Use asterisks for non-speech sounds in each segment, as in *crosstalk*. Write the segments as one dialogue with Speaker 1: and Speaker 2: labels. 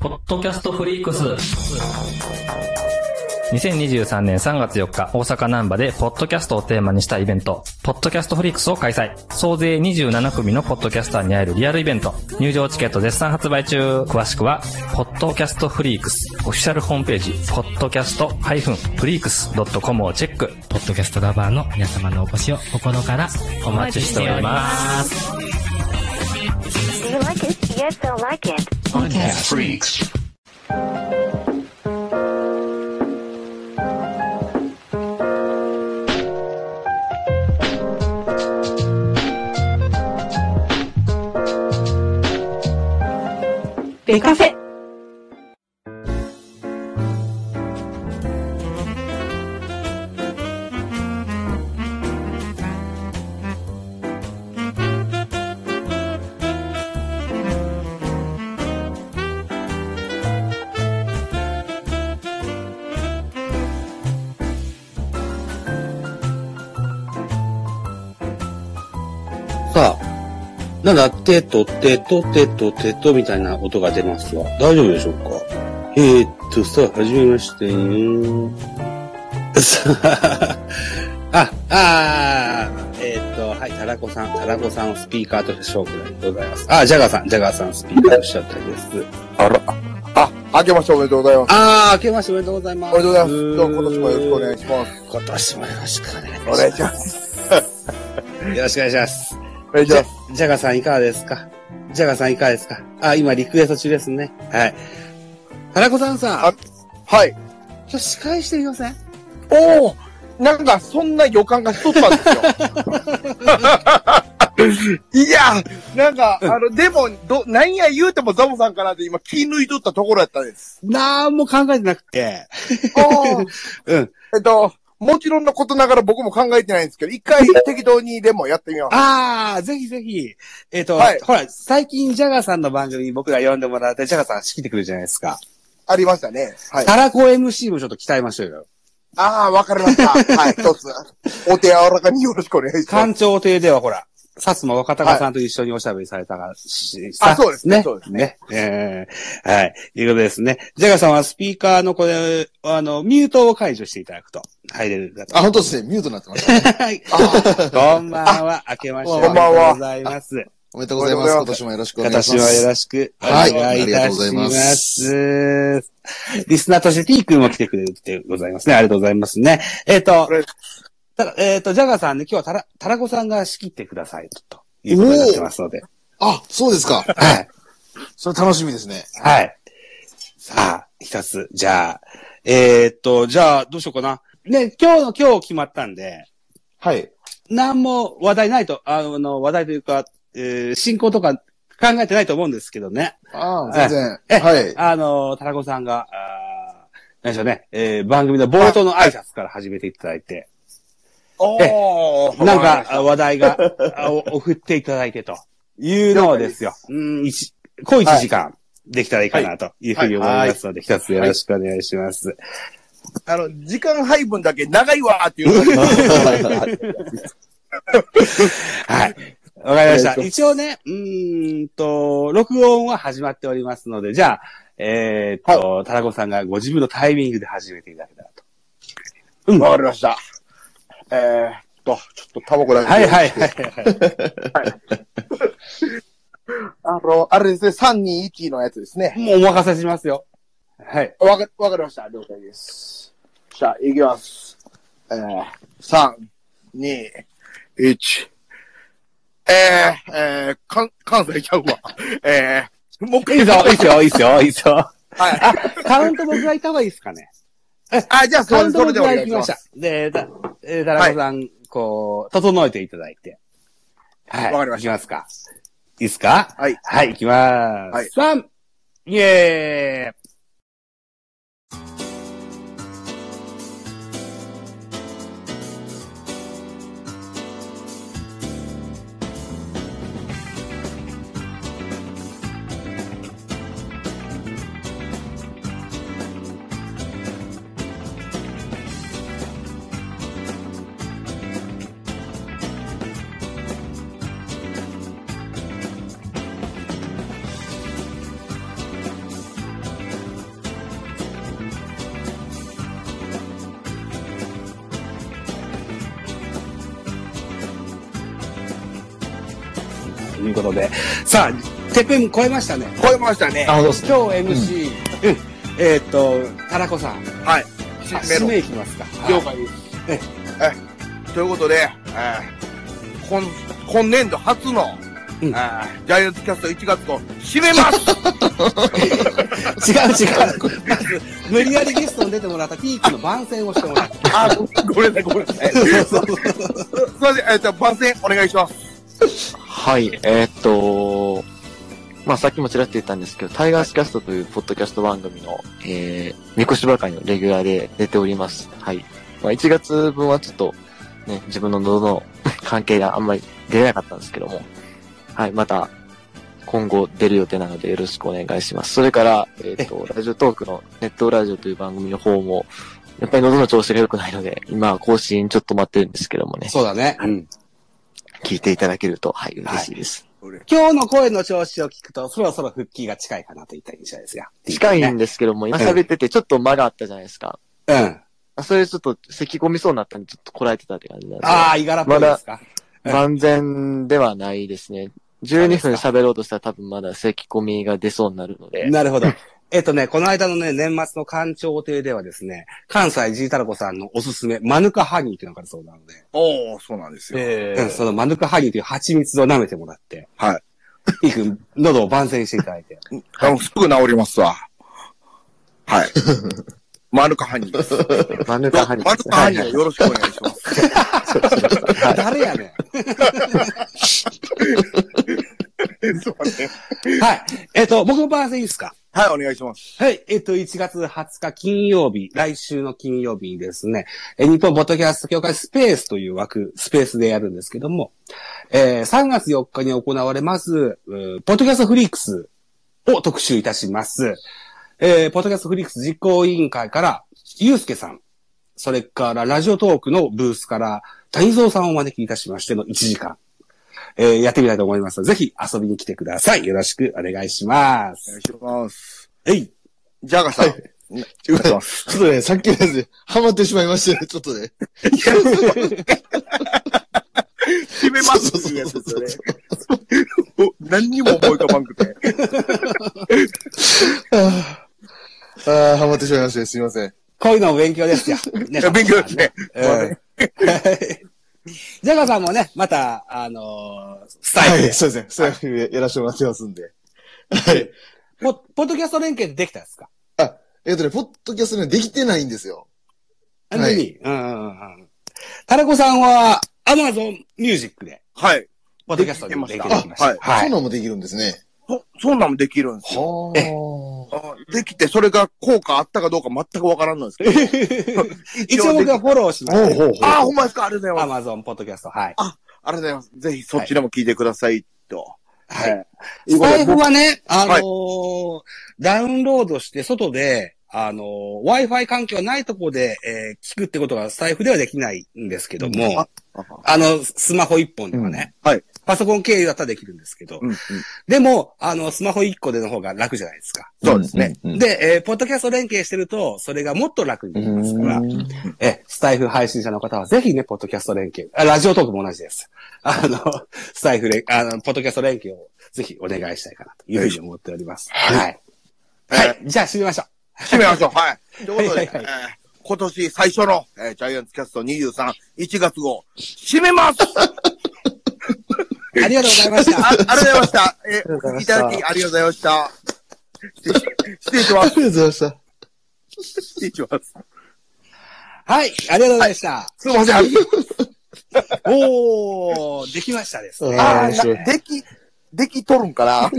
Speaker 1: ポッドキャストフリークス。
Speaker 2: 2023年3月4日、大阪南波で、ポッドキャストをテーマにしたイベント、ポッドキャストフリークスを開催。総勢27組のポッドキャスターに会えるリアルイベント。入場チケット絶賛発売中。詳しくは、ポッドキャストフリークス、オフィシャルホームページ、podcast-freaks.com をチェック。
Speaker 3: ポッドキャストラバーの皆様のお越しを心から
Speaker 2: お待ちしております。
Speaker 4: Do you like it? Yes, I like it.
Speaker 5: Podcast Freaks.
Speaker 6: ベカフェ。
Speaker 7: さあ、なんだ、てとてとてとてとみたいな音が出ますが、大丈夫でしょうかえー、っと、さあ、始めましてよ。さあ、 *laughs* あ、あーえーっと、はい、たらこさん、たらこさんをスピーカーとして紹介でございます。あ、ジャガーさん、ジャガーさんスピーカーとして紹介です。
Speaker 8: あら、あ、あけましておめでとうございます。
Speaker 7: あー、明けましておめでとうございます。
Speaker 8: おめでとうございます。どうも今年もよろしくお願いします。
Speaker 7: 今年もよろしくお願いし
Speaker 8: お
Speaker 7: ます。
Speaker 8: 願いします。
Speaker 7: よろしくお願いします。
Speaker 8: お願いします。
Speaker 7: ジャガさんいかがですかジャガさんいかがですかあ、今リクエスト中ですね。はい。原子さんさん、
Speaker 8: あはい。
Speaker 7: 今日司会してみません
Speaker 8: おおなんか、そんな予感がしとったんですよ。 *laughs* いや、なんか、あの、でも、ど、なんや言うてもザボさんかなって今気抜いとったところやったんです。
Speaker 7: なんも考えてなくて。
Speaker 8: おー
Speaker 7: うん。
Speaker 8: えっと、もちろんのことながら僕も考えてないんですけど、一回適当にでもやってみます。
Speaker 7: ああ、ぜひぜひ。えっ、と、
Speaker 8: はい
Speaker 7: ほら、最近ジャガさんの番組に僕ら呼んでもらって、ジャガさん仕切ってくるじゃないですか。
Speaker 8: ありましたね。はい。
Speaker 7: タラコ MC もちょっと鍛えましょうよ。
Speaker 8: ああ、わかりました。はい、一つ。お手柔らかによろしくお願いします。
Speaker 7: 官庁亭ではほら、薩摩若隆さんと一緒におしゃべりされたが、し
Speaker 8: あそうですねそうです
Speaker 7: ね。ねえーはい。いうことですね。ジャガさんはスピーカーのこれ、あの、ミュートを解除していただくと、入れるかと。
Speaker 9: あ、本当ですね。ミュートになってました。
Speaker 7: *laughs* はい。こんばんは。明けましておめで
Speaker 8: こんばんは
Speaker 7: とうございます。
Speaker 9: おめでとうございます。今年もよろしくお願いし
Speaker 7: 私
Speaker 9: ま
Speaker 7: はよ
Speaker 9: す。
Speaker 7: ろしくお
Speaker 9: はい
Speaker 7: 願いいたしま
Speaker 9: あ
Speaker 7: す。リスナーとして T 君も来てくれるってございますね。ありがとうございますね。えっ、と
Speaker 8: これ、
Speaker 7: ただえっ、と、ジャガーさんね、今日はたら、たらこさんが仕切ってください、ということになってますので。
Speaker 9: あ、そうですか。
Speaker 7: はい。
Speaker 9: それ楽しみですね。
Speaker 7: はい。さあ、一つ、じゃあ、えっ、と、じゃあ、どうしようかな。ね、今日の今日決まったんで、
Speaker 9: はい。
Speaker 7: なんも話題ないと、あの、話題というか、えー進行とか考えてないと思うんですけどね。
Speaker 9: ああ、全
Speaker 7: え、
Speaker 9: 然。はい。
Speaker 7: あの、田中さんが、あーなんでしょうね、えー番組の冒頭の挨拶から始めていただいて、
Speaker 8: おー
Speaker 7: なんか、あ話題が、あお送っていただいてというのをですよ。うん、一、小一時間できたらいいかなというふうに思いますので、一、つよろしくお願いします。
Speaker 8: あの、時間配分だけ長いわーっていうのが。
Speaker 7: はい。わかりました。一応ね、うーんと、録音は始まっておりますので、じゃあ、えーっと、田中さんがご自分のタイミングで始めていただけたらと。うん。
Speaker 8: わ
Speaker 7: は
Speaker 8: かりました。えー、っと、ちょっとタバコだ
Speaker 7: い
Speaker 8: け。
Speaker 7: はいはいはい。
Speaker 8: あの、あれですね、321のやつですね。
Speaker 7: もうお任せしますよ。はい。
Speaker 8: わか、わかりました。了解です。じゃあ、いきます。えー、3、2、1。えー、えー、関、関西ちゃうわ。えー、もう一回
Speaker 7: いい
Speaker 8: 言
Speaker 7: ぞ
Speaker 8: う、
Speaker 7: いいぞ、いいぞ、いいぞ。
Speaker 8: はい。
Speaker 7: あ、 *laughs* カウント僕が行った方がいいですかね。
Speaker 8: あ、じゃあ、そ
Speaker 7: カウ
Speaker 8: れ
Speaker 7: ン
Speaker 8: そ
Speaker 7: ト
Speaker 8: れ
Speaker 7: 僕
Speaker 8: でお
Speaker 7: が
Speaker 8: 願
Speaker 7: 行
Speaker 8: い
Speaker 7: き
Speaker 8: し
Speaker 7: ま
Speaker 8: ま
Speaker 7: し
Speaker 8: す
Speaker 7: た。。で、たえー田中さん、こう、整えていただいて。はい。
Speaker 8: わかりました
Speaker 7: いきますか。いいですか
Speaker 8: はい。
Speaker 7: はい、いきまーす。3、イエーイ
Speaker 8: あ
Speaker 7: いうことで。さあ、てっぺんも超えましたね。
Speaker 8: 超えましたね。
Speaker 9: あ、どうす
Speaker 7: 今日 MC、うん、えーっと、たらこさん。
Speaker 8: はい。
Speaker 7: あ
Speaker 8: 締
Speaker 7: 締
Speaker 8: め
Speaker 7: め
Speaker 8: ろ。
Speaker 7: いきますか。
Speaker 8: 了
Speaker 7: はい
Speaker 8: 解です。
Speaker 7: え
Speaker 8: はい。ということで、えー今、今年度初の、
Speaker 7: うん
Speaker 8: えージャイアンツキャスト1月と締めます
Speaker 7: 違う違う。まず、無理やりゲストに出てもらったピークの番宣をしてもらう。
Speaker 8: あ、ご *laughs* ごめんなさい、ごめんなさい。すいません、えっと、番宣お願いします。
Speaker 1: はい、えーっと、まあ、さっきもちらっと言ったんですけど、タイガースキャストというポッドキャスト番組の、えー、みこしばかりのレギュラーで出ております。はい。まあ、1月分はちょっと、ね、自分の喉の *laughs* 関係があんまり出れなかったんですけども、はい、また、今後出る予定なのでよろしくお願いします。それから、えーっと、ラジオトークのネットラジオという番組の方も、やっぱり喉の調子が良くないので、今は更新ちょっと待ってるんですけどもね、
Speaker 9: そうだね。
Speaker 7: うん。
Speaker 1: 聞いていただけると、はい、嬉しいです。
Speaker 7: 今日の声の調子を聞くと、そろそろ復帰が近いかなといった印象ですが。
Speaker 1: 近いんですけども、今喋っててちょっと間があったじゃないですか。
Speaker 7: うん。
Speaker 1: あそれちょっと咳込みそうになったんで、ちょっとこらえてたって感じなんで
Speaker 7: ああ、いがらっぽいですか。
Speaker 1: 万全ではないですね。12分喋ろうとしたら多分まだ咳込みが出そうになるので。
Speaker 7: なるほど。 *laughs* えっとね、この間のね、年末の官庁亭ではですね、関西ジータラコさんのおすすめ、マヌカハニーというのがあるそうなので、
Speaker 8: おおそうなんですよ。
Speaker 7: うん、そのマヌカハニーという蜂蜜を舐めてもら *laughs* って、
Speaker 8: はい。
Speaker 7: ピー君、喉を番宣していただいて。
Speaker 8: あの、すぐ治りますわ。 *laughs* はい。マルカハニーです。
Speaker 1: マヌ
Speaker 8: マ
Speaker 1: カ
Speaker 8: ル
Speaker 1: ハニ
Speaker 8: カハニー
Speaker 1: はい
Speaker 8: よろしくお願いします。
Speaker 7: 誰やね
Speaker 8: すいません
Speaker 7: ん。はい。えっと、僕の番宣いいですか
Speaker 8: *laughs* はい、お願いします。
Speaker 7: はい。えっと、1月20日金曜日、来週の金曜日にですね、えー日本ボトキャスト協会スペースという枠、スペースでやるんですけども、えー3月4日に行われます、うーポッドキャストフリークスを特集いたします。えーポッドキャストフリークス実行委員会から、ゆうすけさん、それからラジオトークのブースから、谷蔵さんをお招きいたしましての1時間、えーやってみたいと思いますので、ぜひ遊びに来てください。よろしくお願いしま
Speaker 8: お
Speaker 7: す
Speaker 8: 願い。します。
Speaker 7: はい。
Speaker 8: ジャガさん。
Speaker 9: ちょっとね、さっきのやつで、ハマってしまいましたね、ちょっとね。
Speaker 8: *laughs* 締めますっていうやつですよね。お何にも思い浮かばんく
Speaker 7: *laughs*
Speaker 8: て。
Speaker 9: ああ、ハマってしまいましたね、すいません。
Speaker 7: こういうのも勉強ですよ。ね
Speaker 8: いや勉強ですね。
Speaker 7: うん *laughs* ジャガさんもね、また、あのースタイル
Speaker 9: は
Speaker 7: で
Speaker 9: い、そうですね。そういうふうにやらせてもらってますんで。はい。
Speaker 7: ポ。ポッドキャスト連携できたんですか
Speaker 9: えっとね、ポッドキャストね、できてないんですよ。
Speaker 7: あ
Speaker 9: はい
Speaker 7: に、うんうんうんうん。タラコさんは、アマゾンミュージックで、
Speaker 8: はい。
Speaker 7: ポッドキャストに連携できました。
Speaker 8: で
Speaker 7: は
Speaker 8: きてま
Speaker 9: そう
Speaker 7: い。
Speaker 9: なんもできるんですね。
Speaker 8: そ、そんなんもできるんですよ。
Speaker 9: は
Speaker 8: あできて、それが効果あったかどうか全くわからんのですけど。
Speaker 7: *laughs* 一応僕はフォローしま
Speaker 9: あ。ほう
Speaker 7: す。
Speaker 9: ほうほう。
Speaker 8: ああ、ほんまですかありがとうござ
Speaker 7: ア
Speaker 8: います。
Speaker 7: マゾンポッドキャスト、はい。
Speaker 8: ありがとうございます。ぜひそっちでも聞いてくださいと。。
Speaker 7: はいスタイフはね、あの
Speaker 8: はい
Speaker 7: ーダウンロードして外で、あのー Wi-Fi 環境ないとこで、えー聞くってことがスタイフではできないんですけども、
Speaker 8: うん
Speaker 7: あの、スマホ一本とかね、
Speaker 8: うんはい。
Speaker 7: パソコン経由だったらできるんですけど、
Speaker 8: うんうん
Speaker 7: でも、あの、スマホ一個での方が楽じゃないですか。
Speaker 8: そうですね。
Speaker 9: うん。
Speaker 7: で、えーポッドキャスト連携してると、それがもっと楽になりますから、え、スタイフ配信者の方はぜひね、ポッドキャスト連携、あラジオトークも同じです。あの、スタイフ連、あの、ポッドキャスト連携をぜひお願いしたいかなというふうに思っております。はい。はい。じゃあ、締めましょう。
Speaker 8: 締めましょう。はい。というこ
Speaker 7: *laughs*
Speaker 8: とで、
Speaker 7: はいはい
Speaker 8: えー今年最初の、えージャイアンツキャスト23、1月号、締
Speaker 7: *laughs*
Speaker 8: めますあ
Speaker 7: ありがとうございました。
Speaker 8: ありがとうございました。えー、お聞きいただきありがとうございました。失礼失礼しま
Speaker 9: あ
Speaker 8: す。
Speaker 9: りがとうございました。
Speaker 8: 失礼します。
Speaker 7: はい。ありがとうございました。
Speaker 8: すいません。
Speaker 7: おー、できましたですね。
Speaker 8: あ
Speaker 9: 面白い
Speaker 8: ーなでき、できとるんかな。 *laughs*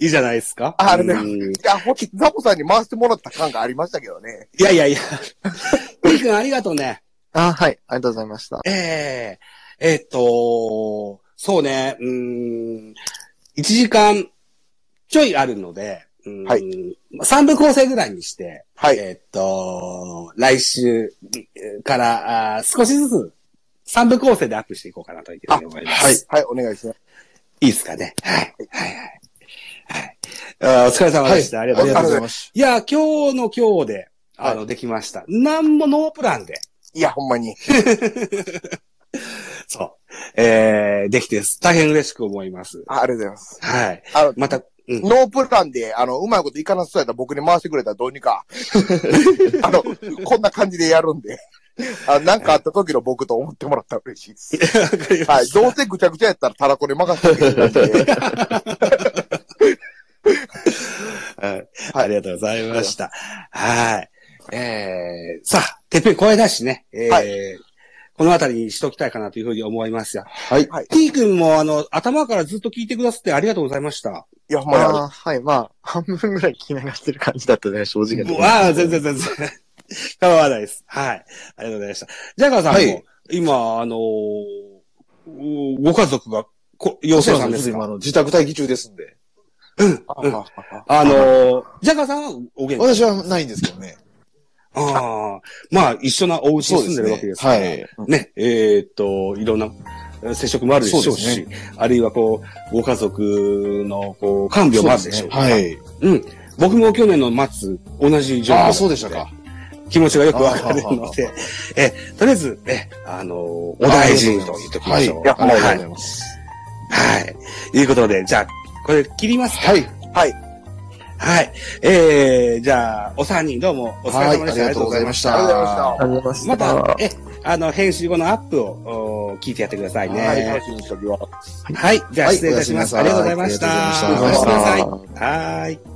Speaker 7: いいじゃないですか。
Speaker 8: あれね
Speaker 7: うん
Speaker 8: いや、ほき、ザボさんに回してもらった感がありましたけどね。
Speaker 7: いやいやいや。ピー君ありがとうね。
Speaker 1: あ、はい、ありがとうございました。
Speaker 7: えええっと、そうね、うーん、1時間ちょいあるので、うん
Speaker 8: はい
Speaker 7: 3部構成ぐらいにして、
Speaker 8: はい
Speaker 7: えっと、来週からあー少しずつ3部構成でアップしていこうかなというふうに思います。
Speaker 8: はい。はい、お願いします。
Speaker 7: いいですかね。はい。はいはい。はい。あーお疲れ様でした。ありがとうございます。
Speaker 9: まし
Speaker 7: いや、今日の今日で、あの、できました。なんもノープランで。
Speaker 8: いや、ほんまに。
Speaker 7: そう。えー、できてす。大変嬉しく思います。
Speaker 8: あありがとうございます。
Speaker 7: はい。
Speaker 8: あの、
Speaker 7: また、うん
Speaker 8: ノープランで、あの、うまいこといかなそうやったら僕に回してくれたらどうにか。あの、こんな感じでやるんで。あなんかあった時の僕と思ってもらったら嬉しいです。
Speaker 7: わか *laughs* りま
Speaker 8: はい。
Speaker 7: した
Speaker 8: どうせぐちゃぐちゃやったらタラコに任せてくれたんで。
Speaker 7: はい。ありがとうございました。はい。えー、さあ、てっぺん声出しね。えー
Speaker 8: は
Speaker 7: このあたりにしときたいかなというふうに思いますよ。
Speaker 9: はい。
Speaker 8: はい。
Speaker 7: T 君も、あの、頭からずっと聞いてくださってありがとうございました。
Speaker 8: いや、ほんまにありがとうございます
Speaker 1: まあ、はい、まあ、半分ぐらい聞き流してる感じだったね、正直。
Speaker 7: わあ、全然全然。 *laughs* 構わないです。はい。ありがとうございました。ジャガーさんも、
Speaker 9: はい
Speaker 7: 今、あのーおご家族が、こ、妖精さんです
Speaker 9: 今、あ
Speaker 7: か
Speaker 9: の、自宅待機中ですんで。
Speaker 7: あのー *laughs* ジャガーさんはお元気
Speaker 9: 私はないんですけどね。
Speaker 7: ああ。まあ、一緒なお家に住んでるわけですから。
Speaker 9: はい。
Speaker 7: ね、えーっと、いろんなえ接触もあるでしょう
Speaker 9: そうです
Speaker 7: し、あるいはこう、ご家族のこう、看病もあるでしょう。
Speaker 9: はい。
Speaker 7: うん。僕も去年の末、同じ状況。
Speaker 9: ああ、そうでしたか。。
Speaker 7: 気持ちがよくわかるの
Speaker 9: *laughs*
Speaker 7: で、え、とりあえず、え、あの、お大事にと言っておきましょう。
Speaker 8: はい
Speaker 9: ありがとうござ
Speaker 7: はい
Speaker 9: ます。
Speaker 7: はい。いうことで、じゃあ、これ切りますか
Speaker 9: はい。
Speaker 7: はい。えー、じゃあ、お三人どうもお疲れ様でした。
Speaker 9: はいありがとうございまし
Speaker 8: あり
Speaker 9: た
Speaker 8: がとうございました。
Speaker 1: ありがとうございまし
Speaker 7: また、
Speaker 1: た。
Speaker 7: え、あの、編集後のアップをお聞いてやってくださいね。
Speaker 8: はい、楽しみにしておきます。
Speaker 7: はい。じゃあ、失礼いたします。
Speaker 9: は
Speaker 7: あ
Speaker 9: い
Speaker 7: りがとうございました。
Speaker 9: おやすみなさ
Speaker 7: お
Speaker 9: い
Speaker 7: やすみなさい
Speaker 1: ありがとうございま
Speaker 7: はーい。